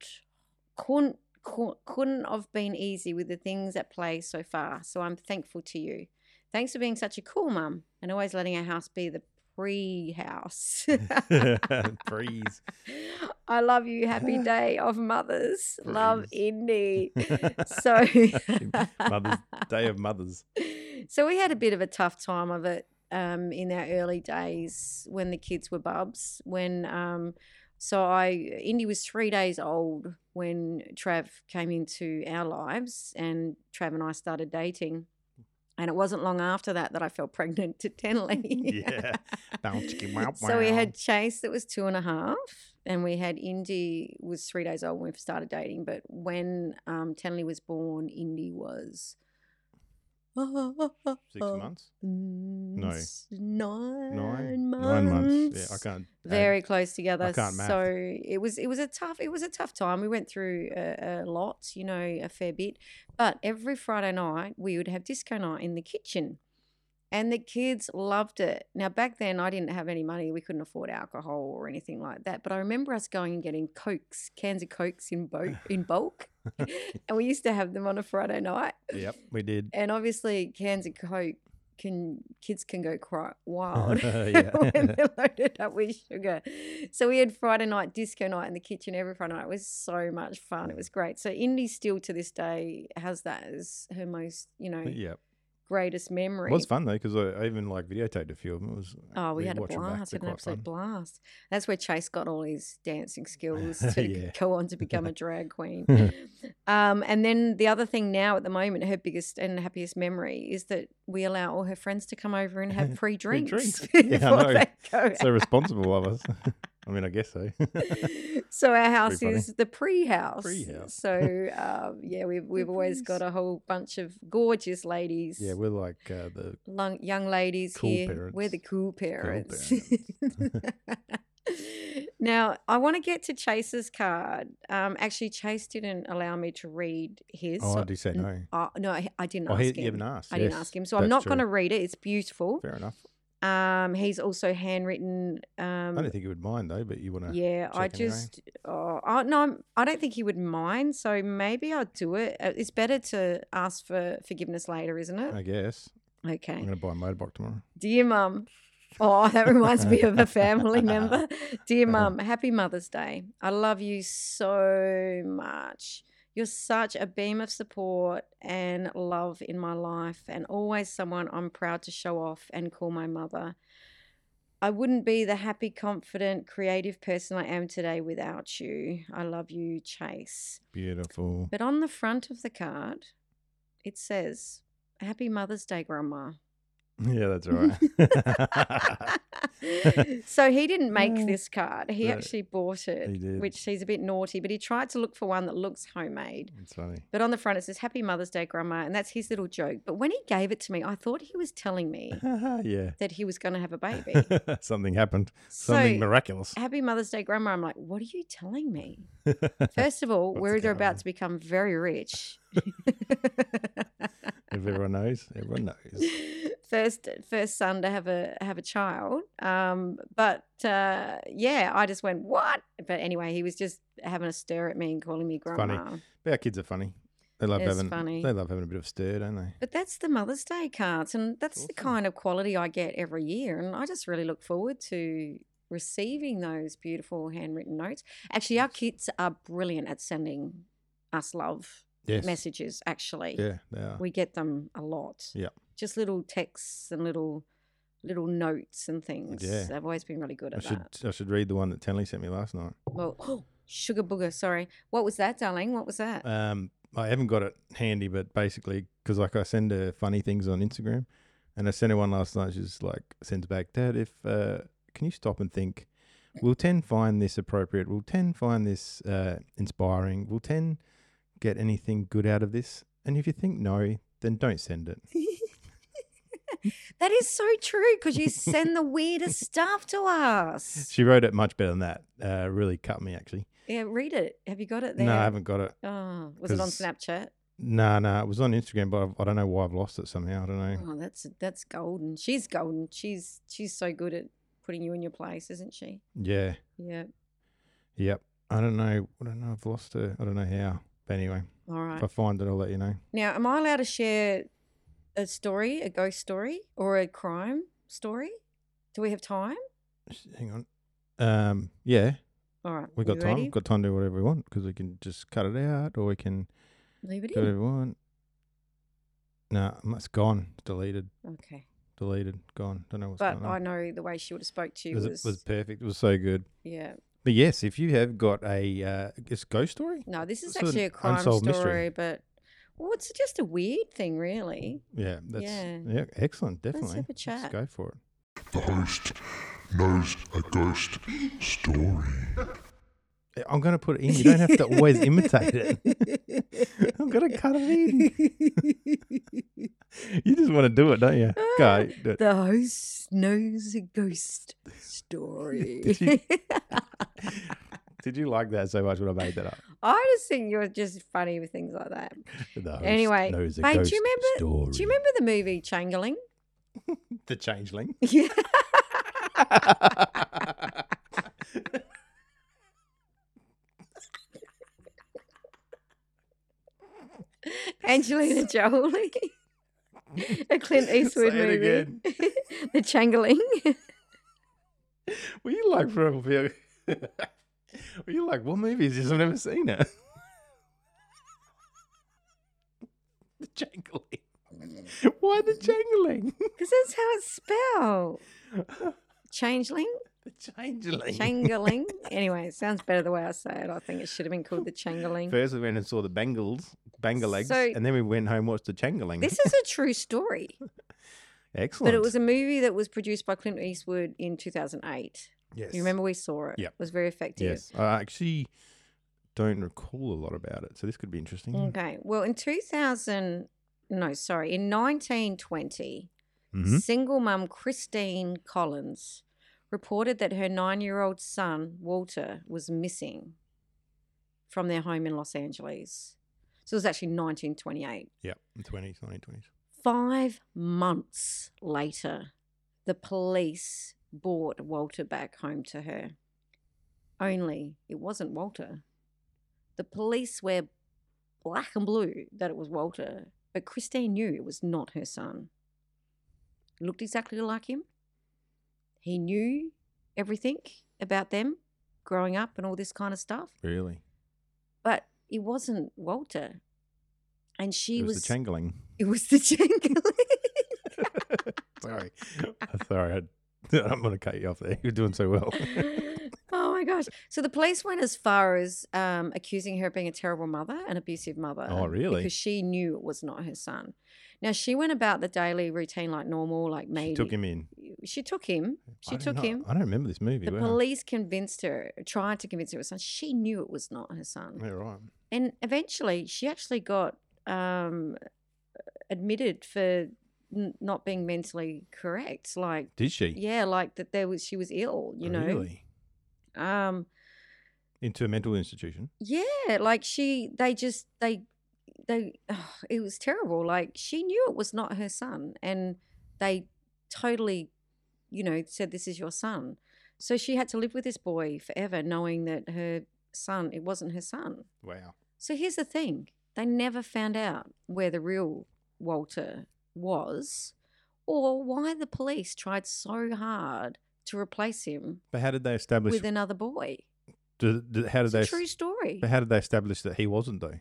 couldn't cou- couldn't have been easy with the things at play so far. So I'm thankful to you. Thanks for being such a cool mum and always letting our house be the pre-house. Freeze. I love you. Happy day of mothers. Love Praise. Indy. So, Mother's Day of Mothers. so we had a bit of a tough time of it um, in our early days when the kids were bubs. When um, so I Indy was three days old when Trav came into our lives, and Trav and I started dating. And it wasn't long after that that I fell pregnant to Tenley. Yeah. Bow chickie wow So we wow. had Chase that was two and a half, and we had Indy was three days old when we started dating. But when um, Tenley was born, Indy was Six Oh, months? months. Nine, Nine? months. Nine months. Yeah, I can't. uh, add- Very close together. can't math. So it was it was a tough it was a tough time. We went through a, a lot, you know, a fair bit. But every Friday night we would have disco night in the kitchen. And the kids loved it. Now back then I didn't have any money. We couldn't afford alcohol or anything like that. But I remember us going and getting cokes, cans of cokes in bulk in bulk. and we used to have them on a Friday night. Yep, we did. And obviously cans of coke can kids can go cry wild when yeah. they're loaded up with sugar. So we had Friday night disco night in the kitchen every Friday night. It was so much fun. Mm. It was great. So Indy still to this day has that as her most, you know, Yep. greatest memory. It was fun though because I, I even like videotaped a few of them. It was Oh, we we'd had a watch 'em back, blast, they're had an quite absolute fun. blast. That's where Chase got all his dancing skills to Yeah. go on to become a drag queen. um, and then the other thing now at the moment, her biggest and happiest memory is that we allow all her friends to come over and have free Free drinks, drinks. before Yeah, I know. they go So responsible of us. I mean, I guess so. so our house funny. is the pre-house. Pre-house. So um, yeah, we've we've always got a whole bunch of gorgeous ladies, yeah, we're like uh, the lung- young ladies Cool here. We're the parents. cool parents. now I want to get to Chase's card. Um, actually, Chase didn't allow me to read his. oh, so- I do say no. uh, no, I, I didn't Oh, ask he, him. you haven't asked. I didn't yes. ask him, so I'm that's not true. going to read it. It's beautiful. Fair enough. Um, he's also handwritten. I Um, don't think you would mind though, but you want to. yeah, I check anyway. just, oh, I, no, I'm- I don't think he would mind. So maybe I'll do it. Uh, It's better to ask for forgiveness later, isn't it? I guess I'm Okay. going to buy a motorbike tomorrow. Dear mum. Oh, that reminds me of a family member. Dear mum, happy Mother's Day. I love you so much. You're such a beam of support and love in my life, and always someone I'm proud to show off and call my mother. I wouldn't be the happy, confident, creative person I am today without you. I love you, Chase. Beautiful. But on the front of the card, it says, Happy Mother's Day, Grandma. Yeah, that's right. so he didn't make Yeah. this card. He No. actually bought it, Oh, He did. which he's a bit naughty, but he tried to look for one that looks homemade. it's funny. But on the front it says Happy Mother's Day, Grandma, and that's his little joke. But when he gave it to me, I thought he was telling me yeah. that he was going to have a baby. Something happened. Something so miraculous. Happy Mother's Day, Grandma. I'm like, what are you telling me? First of all, What's we're the either going on? about to become very rich. if everyone knows, everyone knows. first first son to have a have a child um but uh yeah i just went what but anyway he was just having a stir at me and calling me funny. grandma But our kids are funny. They love It's having. funny. They love having a bit of stir, don't they? but that's the mother's day cards and that's the Awesome. kind of quality i get every year and i just really look forward to receiving those beautiful handwritten notes actually our kids are brilliant at sending us love Yes. messages actually Yeah, they are. we get them a lot. Yeah. Just little texts and little little notes and things. Yeah. I've always been really good I at should that. I should read the one that Tenley sent me last night. Well, sugar booger. Sorry, what was that, darling? What was that? Um, I haven't got it handy, but basically, because like I send her funny things on Instagram, and I sent her one last night. She's like, sends back, Dad, if uh, can you stop and think? Will ten find this appropriate? Will ten find this uh, inspiring? Will ten get anything good out of this? And if you think no, then don't send it. that is so true because you send the weirdest stuff to us. She wrote it much better than that. Uh, really cut me actually. Yeah, read it. Have you got it there? No, I haven't got it. Oh, was it on 'Cause- Snapchat? No, no, it was on Instagram, but I've, I don't know why I've lost it somehow. I don't know. Oh, that's that's golden. She's golden. She's she's so good at putting you in your place, isn't she? Yeah. Yeah. Yep. I don't know. I don't know. I've lost her. I don't know how. But anyway, All right. if I find it, I'll let you know. Now, am I allowed to share a story, a ghost story, or a crime story? Do we have time? Sh- Hang on. Um. Yeah, All right. we got you time. ready? Got time to do whatever we want because we can just cut it out, or we can Leave it do in. whatever we want. No, nah, it's gone. It's deleted. Okay. Deleted. Gone. Don't know what's But going I on. know the way she would have spoke to It you was, was, it was perfect. It was so good. yeah. But yes, if you have got a uh, it's ghost story, No, this is Sort of actually a crime story, unsolved mystery. but well, it's just a weird thing, really. yeah, that's yeah, Yeah. excellent. Definitely, have a chat. go for it. The host knows a ghost story. Yeah, I'm going to put it in. You don't have to always imitate it. I'm going to cut it in. you just want to do it, don't you? Go. Ah, do it. The host knows a ghost story. Did you- Did you like that so much when I made that up? I just think you're just funny with things like that. The host Anyway, knows a mate, do you ghost remember- Story. Do you remember the movie Changeling? the changeling? Yeah. Angelina Jolie. A Clint Eastwood it movie. the Changeling. Were you like for a few? Were you like what movie is this? I've never seen it. the changeling. Why the changeling? Because that's how it's spelled. Changeling? the changeling. Changeling. anyway, it sounds better the way I say it. I think it should have been called the Changeling. First, we went and saw the Bengals, Bangalegs, So- and then we went home and watched the Changeling. This is a true story. Excellent. But it was a movie that was produced by Clint Eastwood in 2008. yes. You remember we saw it? Yep. It was very effective. Yes. I actually don't recall a lot about it, so this could be interesting. Okay. Well, in 2000, no, sorry, in 1920, Mhm. single mum Christine Collins reported that her nine year old son, Walter, was missing from their home in Los Angeles. So it was actually 1928. Yep. Twenties, nineteen twenties. Five months later, the police brought Walter back home to her. Only it wasn't Walter. The police were black and blue that it was Walter, but Christine knew it was not her son. He looked exactly like him. He knew everything about them growing up and all this kind of stuff, Really? but it wasn't Walter. And she it was, was, the Changeling. it was the jangling. Sorry. I'm Sorry. I, I'm going to cut you off there. You're doing so well. oh my gosh. So the police went as far as um, accusing her of being a terrible mother, an abusive mother. Oh, really? Because she knew it was not her son. Now she went about the daily routine like normal, like maybe She took him in. She took him. I She don't took know- him. I don't remember this movie. The wow. police convinced her, tried to convince her it was her son. She knew it was not her son. Yeah, right. And eventually she actually got um, admitted for n- not being mentally correct. Like, Did she? yeah, like that there was, she was ill, you know? Oh, Really? Um, Into a mental institution. yeah, like she, they just, they, they, it was terrible. Like she knew it was not her son, and they totally, you know, said this is your son. So she had to live with this boy forever, knowing that her son, it wasn't her son. Wow. So here's the thing they never found out where the real Walter was or why the police tried so hard to replace him But how did they establish? with another boy. do- do- how did It's a they? true story. But how did they establish that he wasn't though?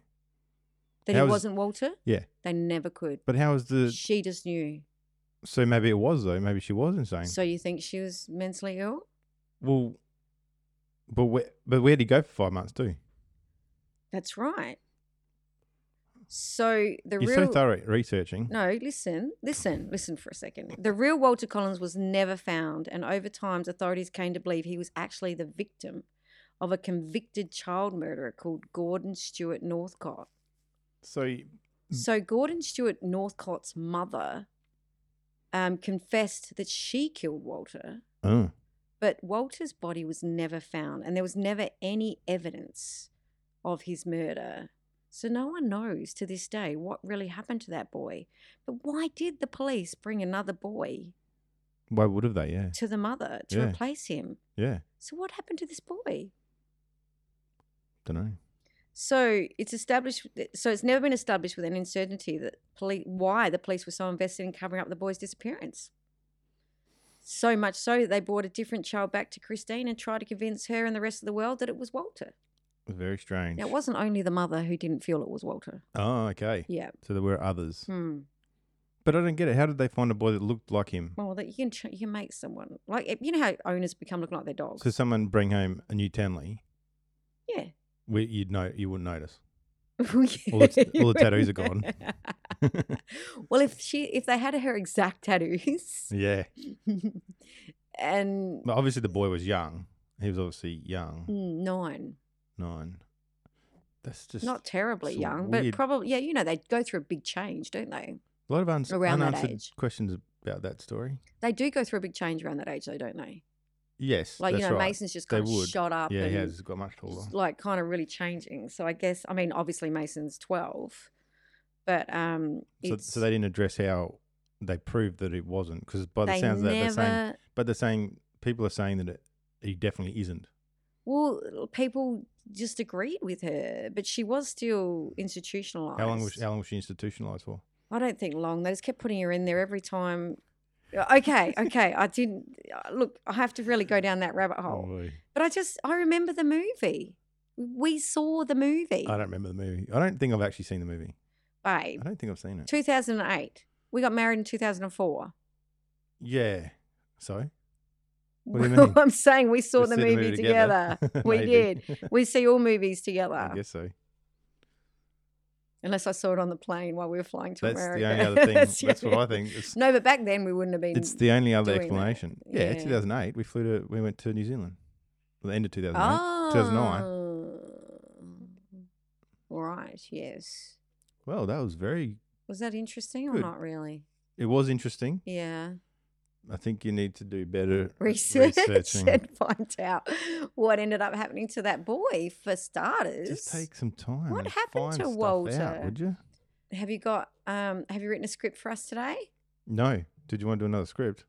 That How it is- wasn't Walter? Yeah. They never could. But how is the she just knew. So maybe it was though. Maybe she was insane. So you think she was mentally ill? well, but where, but where did he go for five months too? That's right. So the You're so real thorough at researching. No, listen, listen, listen for a second. The real Walter Collins was never found, and over time, authorities came to believe he was actually the victim of a convicted child murderer called Gordon Stewart Northcott. So y- So, Gordon Stewart Northcott's mother um, confessed that she killed Walter, oh, but Walter's body was never found, and there was never any evidence of his murder. So no one knows to this day what really happened to that boy. But why did the police bring another boy why would have they? Yeah, to the mother to Yeah. replace him? yeah. So what happened to this boy? Don't know. So it's established. So it's never been established with any certainty that police why the police were so invested in covering up the boy's disappearance. So much so that they brought a different child back to Christine and tried to convince her and the rest of the world that it was Walter. Very strange. Now, it wasn't only the mother who didn't feel it was Walter. Oh, okay. Yeah. So there were others. Hmm. But I don't get it. How did they find a boy that looked like him? Well, that you can ch- you can make someone like eh, you know how owners become looking like their dogs. So someone bring home a new Townley, yeah. where you'd know you wouldn't notice. all, the- all the tattoos are gone. well, if she if they had her exact tattoos, Yeah. and But obviously the boy was young. He was obviously young, Mm, nine, nine. That's just not terribly so young, weird. but probably yeah. You know they go through a big change, don't they? a lot of uns- around that unanswered age. questions about that story. They do go through a big change around that age, though, don't they? Yes, Like that's you know, right. Mason's just They kind of would. shot up. yeah, and he has got much taller. just, like kind of really changing. So I guess I mean obviously Mason's twelve, but um, So, it's, so they didn't address how they proved that it wasn't because by the they sounds of that they're saying, never- but they're saying people are saying that it he definitely isn't. well people just agreed with her, but she was still institutionalized. How long was how long was she institutionalized for? I don't think long. They just kept putting her in there every time. Uh, Okay, okay. I didn't uh, look. I have to really go down that rabbit hole. Mm. But I just I remember the movie. We saw the movie, I don't remember the movie. I don't think I've actually seen the movie. babe. I don't think I've seen it. Two thousand and eight. We got married in two thousand and four. Yeah. So What do you mean? I'm saying we saw We the see movie, together. we Maybe. did. We see all movies I together, guess so. unless I saw it on the plane while we were flying to That's America. the only other thing. That's That's, the what I only- think. It's, No, but back then we wouldn't have been. it's the only other doing that. explanation. Yeah, Yeah. 2008. We flew to we went to New Zealand. The end of 2008. 2009. Oh. Right. Yes. Well, that was very. Was that interesting or Good. not really? It was interesting. Yeah. I think you need to do better at Research researching. and find out what ended up happening to that boy for starters. Just take some time. What and happened find to stuff out, Walter? would you? Have you got um have you written a script for us today? No. Did you want to do another script?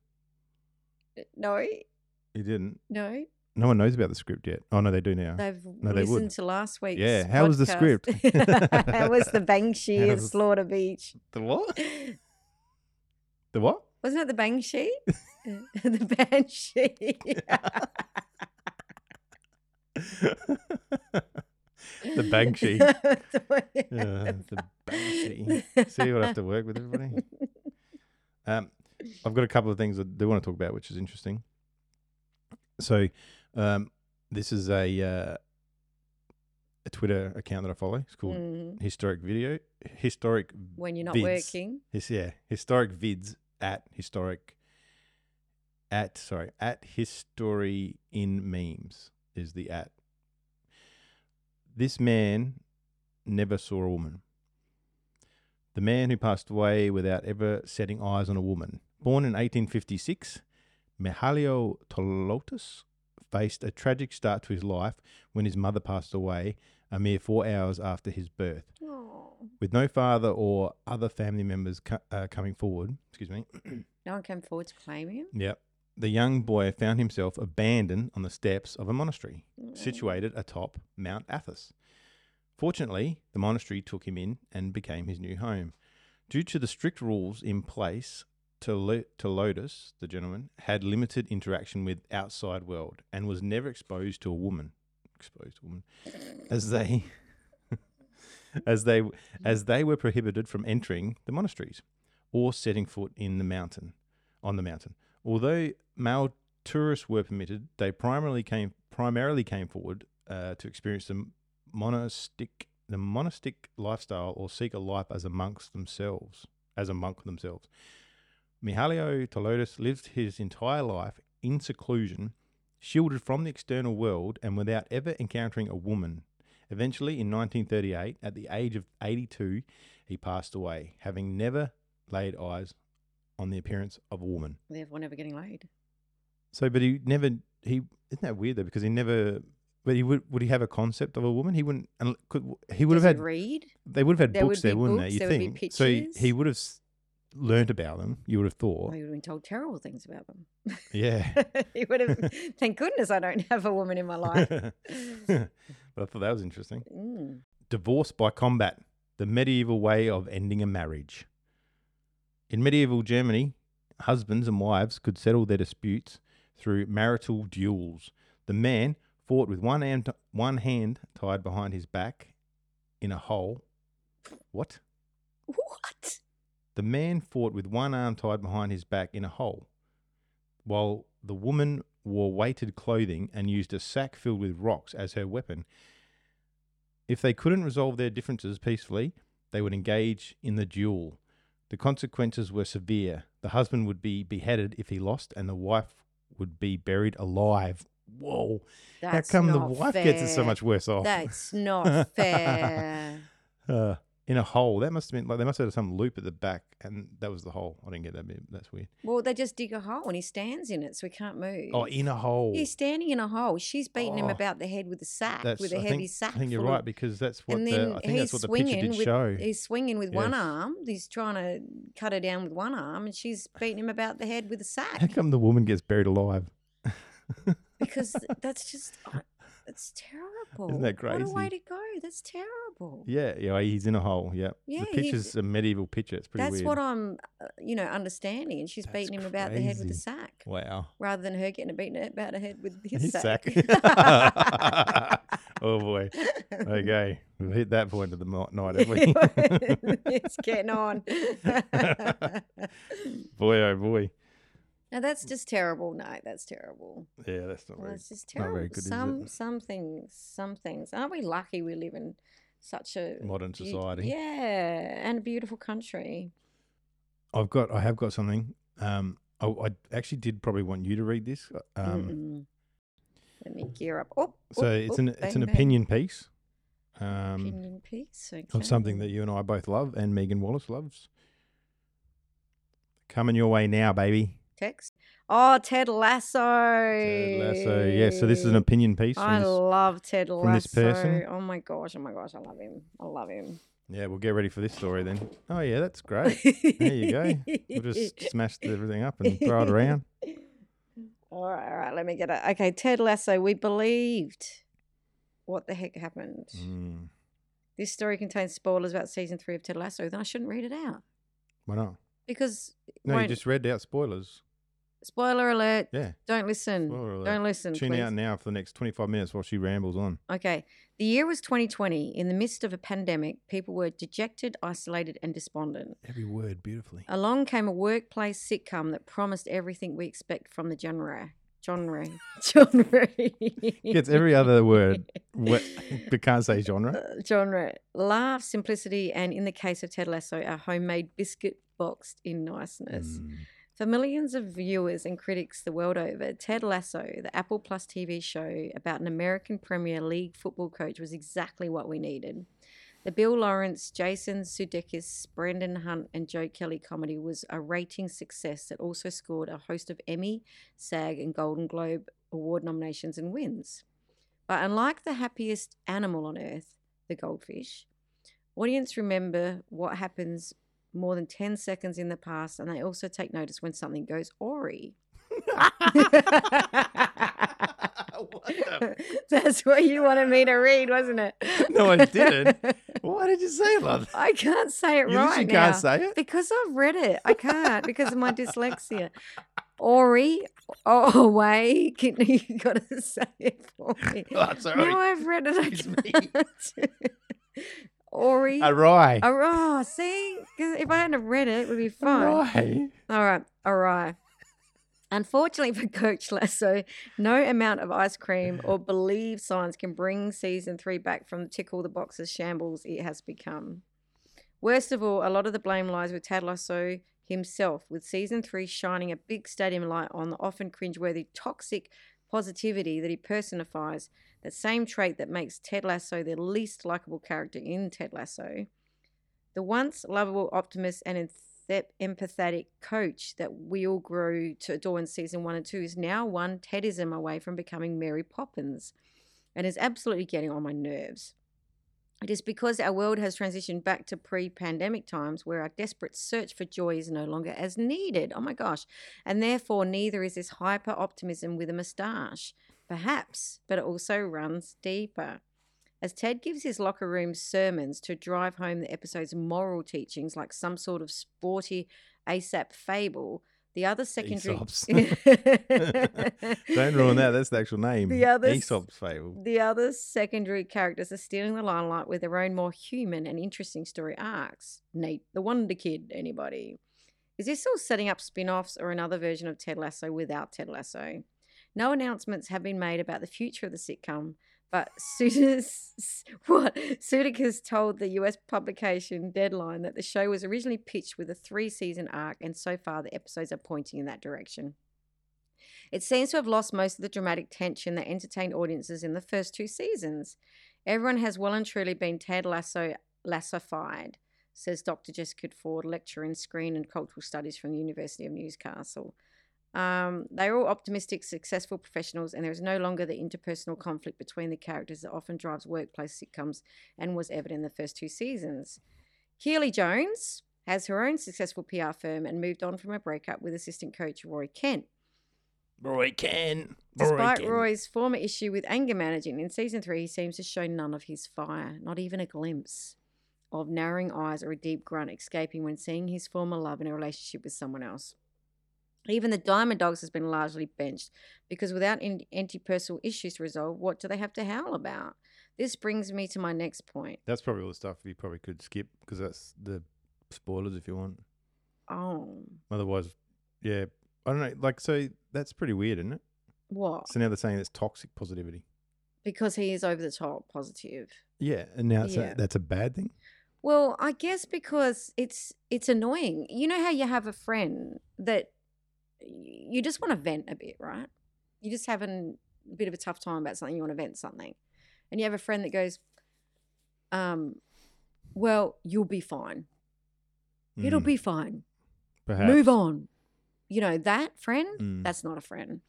Uh, No. You didn't. No. No one knows about the script yet. Oh no, they do now. They've No, they listened wouldn't. to last week's Yeah, how was the podcast. script? it was the Banshee at How's- Slaughter Beach. The what? The what? Wasn't it the Banshee? the Banshee. the Banshee. Yeah, the Banshee. See what I have to work with, everybody. Um, I've got a couple of things I do want to talk about, which is interesting. So, um, this is a uh, a Twitter account that I follow. It's called Mm, Historic Video. Historic. when you're not vids. working. His, yeah, historic vids at historic at sorry at history in memes is the at. This man never saw a woman. The man who passed away without ever setting eyes on a woman. Born in 1856, Mihalio Tolotas faced a tragic start to his life when his mother passed away a mere four hours after his birth Oh, with no father or other family members co- uh, coming forward, excuse me. no one came forward to claim him. Yep. The young boy found himself abandoned on the steps of a monastery situated atop Mount Athos. Fortunately, the monastery took him in and became his new home. Due to the strict rules in place, Tolo- Tolotas, the gentleman, had limited interaction with outside world and was never exposed to a woman. Exposed to a woman, as they, as they, as they were prohibited from entering the monasteries or setting foot in the mountain. on the mountain. Although male tourists were permitted, they primarily came primarily came forward uh, to experience the monastic the monastic lifestyle or seek a life as a monks themselves, as a monk themselves. Mihalio Tolotas lived his entire life in seclusion, shielded from the external world, and without ever encountering a woman. Eventually, in 1938, at the age of 82, he passed away, having never laid eyes on the appearance of a woman. Therefore, never getting laid. So, but he never he isn't that weird though because he never. But he would would he have a concept of a woman? He wouldn't. un- Could, he would Does have it had read? they would have had There books would there, be wouldn't books, they? You there would be think so? He, he pictures. would have s- learnt about them. You would have Oh, thought, he would have been told terrible things about them. yeah. he would have. Thank goodness I don't have a woman in my but life. I thought that was interesting. Mm. Divorce by combat, the medieval way of ending a marriage. In medieval Germany, husbands and wives could settle their disputes through marital duels. The man fought with one hand, one hand tied behind his back in a hole. What? What? The man fought with one arm tied behind his back in a hole, while the woman wore weighted clothing and used a sack filled with rocks as her weapon. If they couldn't resolve their differences peacefully, they would engage in the duel. The consequences were severe. The husband would be beheaded if he lost, and the wife would be buried alive. Whoa. That's How come the not wife gets it so fair. much worse off? That's not fair. uh, in a hole. That must have been like they must have had some loop at the back, and that was the hole. I didn't get that bit. That's weird. Well, they just dig a hole and he stands in it, so he can't move. Oh, in a hole. He's standing in a hole. She's beating him Oh, about the head with a sack, That's, with a I heavy think, sack. I think you're full of- right because that's what and the then I think he's that's what the picture swinging did with show. he's swinging with one Yes. arm. He's trying to cut her down with one arm, and she's beating him about the head with a How sack come the woman gets buried alive? because that's just oh, that's terrible. What crazy? a way to go! That's terrible. Yeah, yeah, he's in a hole. Yeah, Yeah, the he- picture's a medieval picture. It's pretty That's weird. what I'm, uh, you know, understanding. And she's That's beating him about the head with a crazy. sack. wow. rather than her getting beaten about her head with his, His sack. sack. oh boy. Okay, we've hit that point of the mo- night, have we? it's getting on. boy, oh boy. now that's just terrible. No, that's terrible. Yeah, that's not Well, very. it's just not very terrible. good, is it? some some things, some things. Aren't we lucky we live in such a Modern beaut- society. Yeah, and a beautiful country. I've got. I have got something. Um, I, I actually did probably want you to read this. Um, Mm-mm. Let me gear up. Oh, So it's an it's an opinion piece um, opinion piece of something that you and I both love and Megan Wallace loves. Coming your way now, baby. text. Oh, Ted Lasso. Ted Lasso. Yeah, so this is an opinion piece. from I this- love Ted Lasso. from this person. Oh my gosh, oh my gosh, I love him. I love him. yeah, we'll get ready for this story then. Oh yeah, that's great. there you go. We'll just smash everything up and throw it around. All right, all right, let me get it. Okay, Ted Lasso, we believed what the heck happened. Mm, This story contains spoilers about season three of Ted Lasso, then I shouldn't read it out. why not? Because No, you Won't- just read out spoilers. spoiler alert, Yeah. don't listen. Spoiler alert. Don't listen. Tune please. out now for the next 25 minutes while she rambles on. Okay. The year was 2020. In the midst of a pandemic, people were dejected, isolated, and despondent. Every word beautifully. Along came a workplace sitcom that promised everything we expect from the genre. Genre. Genre. Gets every other word. What, but can't say genre. Uh, genre. Laugh, simplicity, and in the case of Ted Lasso, a homemade biscuit boxed in niceness. Mm. For millions of viewers and critics the world over, Ted Lasso, the Apple Plus TV show about an American Premier League football coach, was exactly what we needed. The Bill Lawrence, Jason Sudeikis, Brendan Hunt, and Joe Kelly comedy was a rating success that also scored a host of Emmy, SAG, and Golden Globe award nominations and wins. But unlike the happiest animal on earth, the goldfish, audience remember what happens more than 10 seconds in the past, and they also take notice when something goes awry. That's what you wanted me to read, wasn't it? Oh. No, I didn't. Why did you say it like that? I can't say it You right literally now can't say it. because I've read it. I can't because of my dyslexia. Ori, oh wait, can, you got to say it for me. Oh, sorry. No, I've read it. I Excuse can't. Oh, Ori, A rye. Arrah, see? 'Cause if I hadn't have read it, it would be A fine. rye. All right, Arrah. Unfortunately for Coach Lasso, no amount of ice cream or believe science can bring season three back from the tick all the boxes shambles it has become. Worst of all, a lot of the blame lies with Tad Lasso himself, with season three shining a big stadium light on the often cringeworthy toxic positivity that he personifies, the same trait that makes Ted Lasso the least likable character in Ted Lasso. The once lovable optimist and enth- empathetic coach that we all grew to adore in season one and two is now one Tedism away from becoming Mary Poppins and is absolutely getting on my nerves. It is because our world has transitioned back to pre pandemic times where our desperate search for joy is no longer as needed. Oh my gosh. And therefore, neither is this hyper optimism with a moustache. Perhaps, but it also runs deeper. As Ted gives his locker room sermons to drive home the episode's moral teachings like some sort of sporty ASAP fable, the other secondary. Aesop's. Don't ruin that. That's the actual name. The other s- Aesop's fable. The other secondary characters are stealing the limelight with their own more human and interesting story arcs. Nate, the Wonder Kid, anybody. Is this all setting up spin offs or another version of Ted Lasso without Ted Lasso? No announcements have been made about the future of the sitcom, but Sutis, what? Sudikas told the US publication Deadline that the show was originally pitched with a three season arc, and so far the episodes are pointing in that direction. It seems to have lost most of the dramatic tension that entertained audiences in the first two seasons. Everyone has well and truly been Ted Lasso lassified, says Dr. Jessica Ford, lecturer in screen and cultural studies from the University of Newcastle. Um, they're all optimistic, successful professionals, and there is no longer the interpersonal conflict between the characters that often drives workplace sitcoms and was evident in the first two seasons. Keely Jones has her own successful PR firm and moved on from a breakup with assistant coach Roy Kent. Roy Ken. Despite Ken. Roy's former issue with anger managing, in season three, he seems to show none of his fire, not even a glimpse of narrowing eyes or a deep grunt escaping when seeing his former love in a relationship with someone else. Even the Diamond Dogs has been largely benched because without in- interpersonal issues to resolve, what do they have to howl about? This brings me to my next point. That's probably all the stuff you probably could skip because that's the spoilers if you want. Oh, Otherwise, yeah, I don't know. Like, so that's pretty weird, isn't it? what? So now they're saying it's toxic positivity. Because he is over the top positive. Yeah, and now it's Yeah. a, that's a bad thing. Well, I guess because it's it's annoying. You know how you have a friend that y- you just want to vent a bit, right? You just having a bit of a tough time about something. You want to vent something, and you have a friend that goes, um, "Well, you'll be fine. It'll Mm, be fine. perhaps. Move on." You know that friend. Mm. That's not a friend.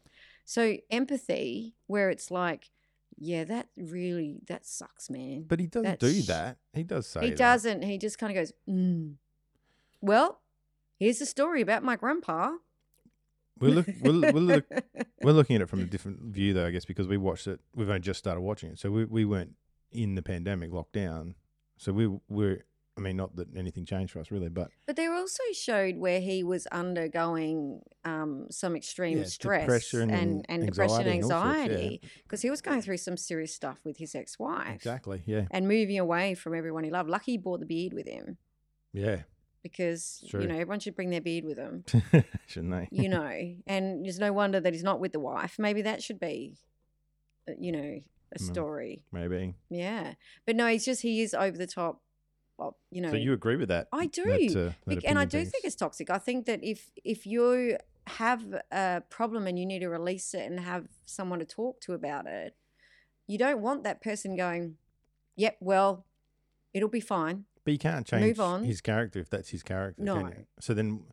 So empathy, where it's like, "Yeah, that really that sucks, man." But he does That's do sh- that. He does say He that. doesn't. He just kind of goes, mm. "Well, here's a story about my grandpa." We're, look, we're, we're, look, we're looking at it from a different view, though, I guess, because we watched it. We've only just started watching it, so we, we weren't in the pandemic lockdown. So we were. I mean, not that anything changed for us really, but but they also showed where he was undergoing um, some extreme Yeah, stress depression and, and and depression anxiety and and all sorts, yeah. anxiety because he was going through some serious stuff with his ex-wife exactly, yeah, and moving away from everyone he loved. Lucky he brought the beard with him yeah, because It's you true. know everyone should bring their beard with them. shouldn't they? you know, and there's no wonder that he's not with the wife. Maybe that should be, uh, you know, a Mm. story. Maybe. Yeah, but no, he's just he is over the top. Of, you know, So you agree with that? I do, that, uh, that Bec- and I opinion do piece? think it's toxic. I think that if if you have a problem and you need to release it and have someone to talk to about it, you don't want that person going, "Yep, well, it'll be fine." But you can't Move change on. his character if that's his character. can No. you? So then,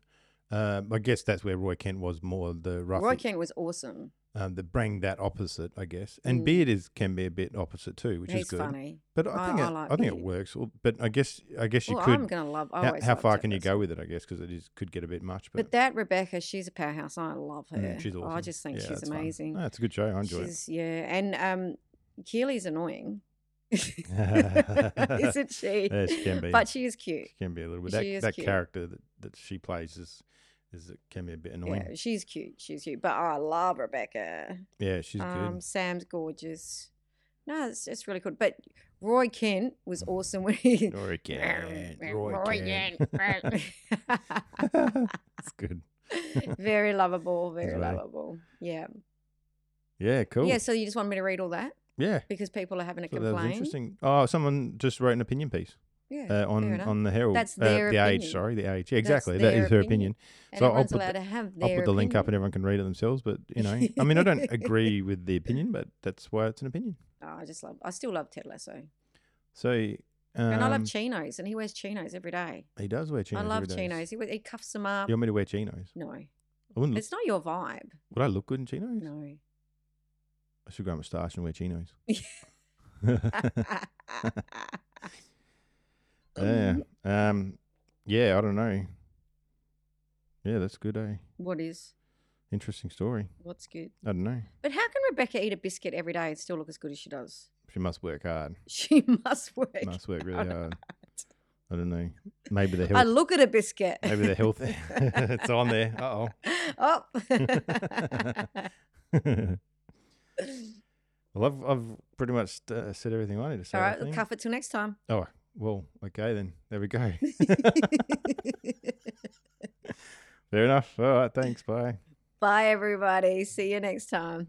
uh, I guess that's where Roy Kent was more the rough, Roy Kent was awesome. um, that bring that opposite, I guess. And Mm. Beard is can be a bit opposite too, which He's is good. funny. But I- I think I it, like I think it Beard. works. Well, But I guess I guess you well, could. I'm gonna love. I how always how loved far Ted can you Lasso. go with it? I guess because it is could get a bit much. But, But that Rebecca, she's a powerhouse. I love her. Oh, mm, she's awesome. I just think Yeah, she's that's fun. amazing. No, it's a good show. I enjoy she's yeah, and um, Keely's annoying. it. isn't she? Yeah, she can be. But she is cute. She can be a little bit. She That, is that cute. character that, that she plays is is it can be a bit annoying. Yeah, she's cute. She's cute. But I love Rebecca. Yeah, she's um, Sam's gorgeous. No, it's it's really good. But Roy Kent was awesome when he. good. Roy Kent. Roy Roy Kent. Kent. That's good. Very lovable. Very well. lovable. Yeah. yeah, cool. Yeah. So you just want me to read all that Yeah. because people are having a So that was complaint. interesting. Oh, someone just wrote an opinion piece Yeah. uh, on enough. on the Herald. That's uh, their the age. opinion. Sorry, the age. Yeah, That's exactly. That their is her opinion. opinion. and so I'll everyone's put the- allowed to have I'll their. put the link up and opinion. everyone can read it themselves. But you know, I mean, I don't agree with the opinion, but that's why it's an opinion. Oh, I just love. I still love Ted Lasso, So, Uh, um, and I love chinos, and he wears chinos every day. he does wear chinos. I love every day. chinos. He, wa- he cuffs them up. You want me to wear chinos? No, I wouldn't. Look, it's not your vibe. would I look good in chinos? No. I should grow a moustache and wear chinos. yeah. Um. Yeah. I don't know. Yeah, that's good. Eh. what is? Interesting story. What's good? I don't know. But how can Rebecca eat a biscuit every day and still look as good as she does? She must work hard. She must work. Must work really hard. I don't know. Maybe the I health. look at a biscuit. maybe the health. it's on there. Uh oh. oh. well, I've I've pretty much uh, said everything I need to say. All I right, think. cuff it till next time. Oh well, okay then. There we go. Fair enough. All right. Thanks. Bye. Bye, everybody. See you next time.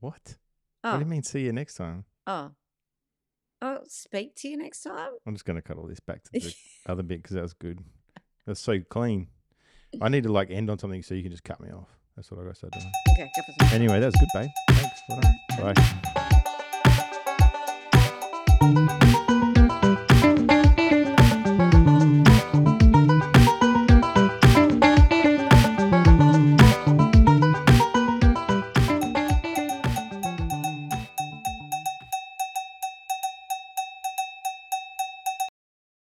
What? What Oh, do you mean? See you next time. oh, oh, speak to you next time. I'm just gonna cut all this back to the other bit because that was good. That's so clean. I need to like end on something so you can just cut me off. That's what I got to start doing. Okay, cuff it. Anyway, that was good, babe. Thanks. Bye. Bye.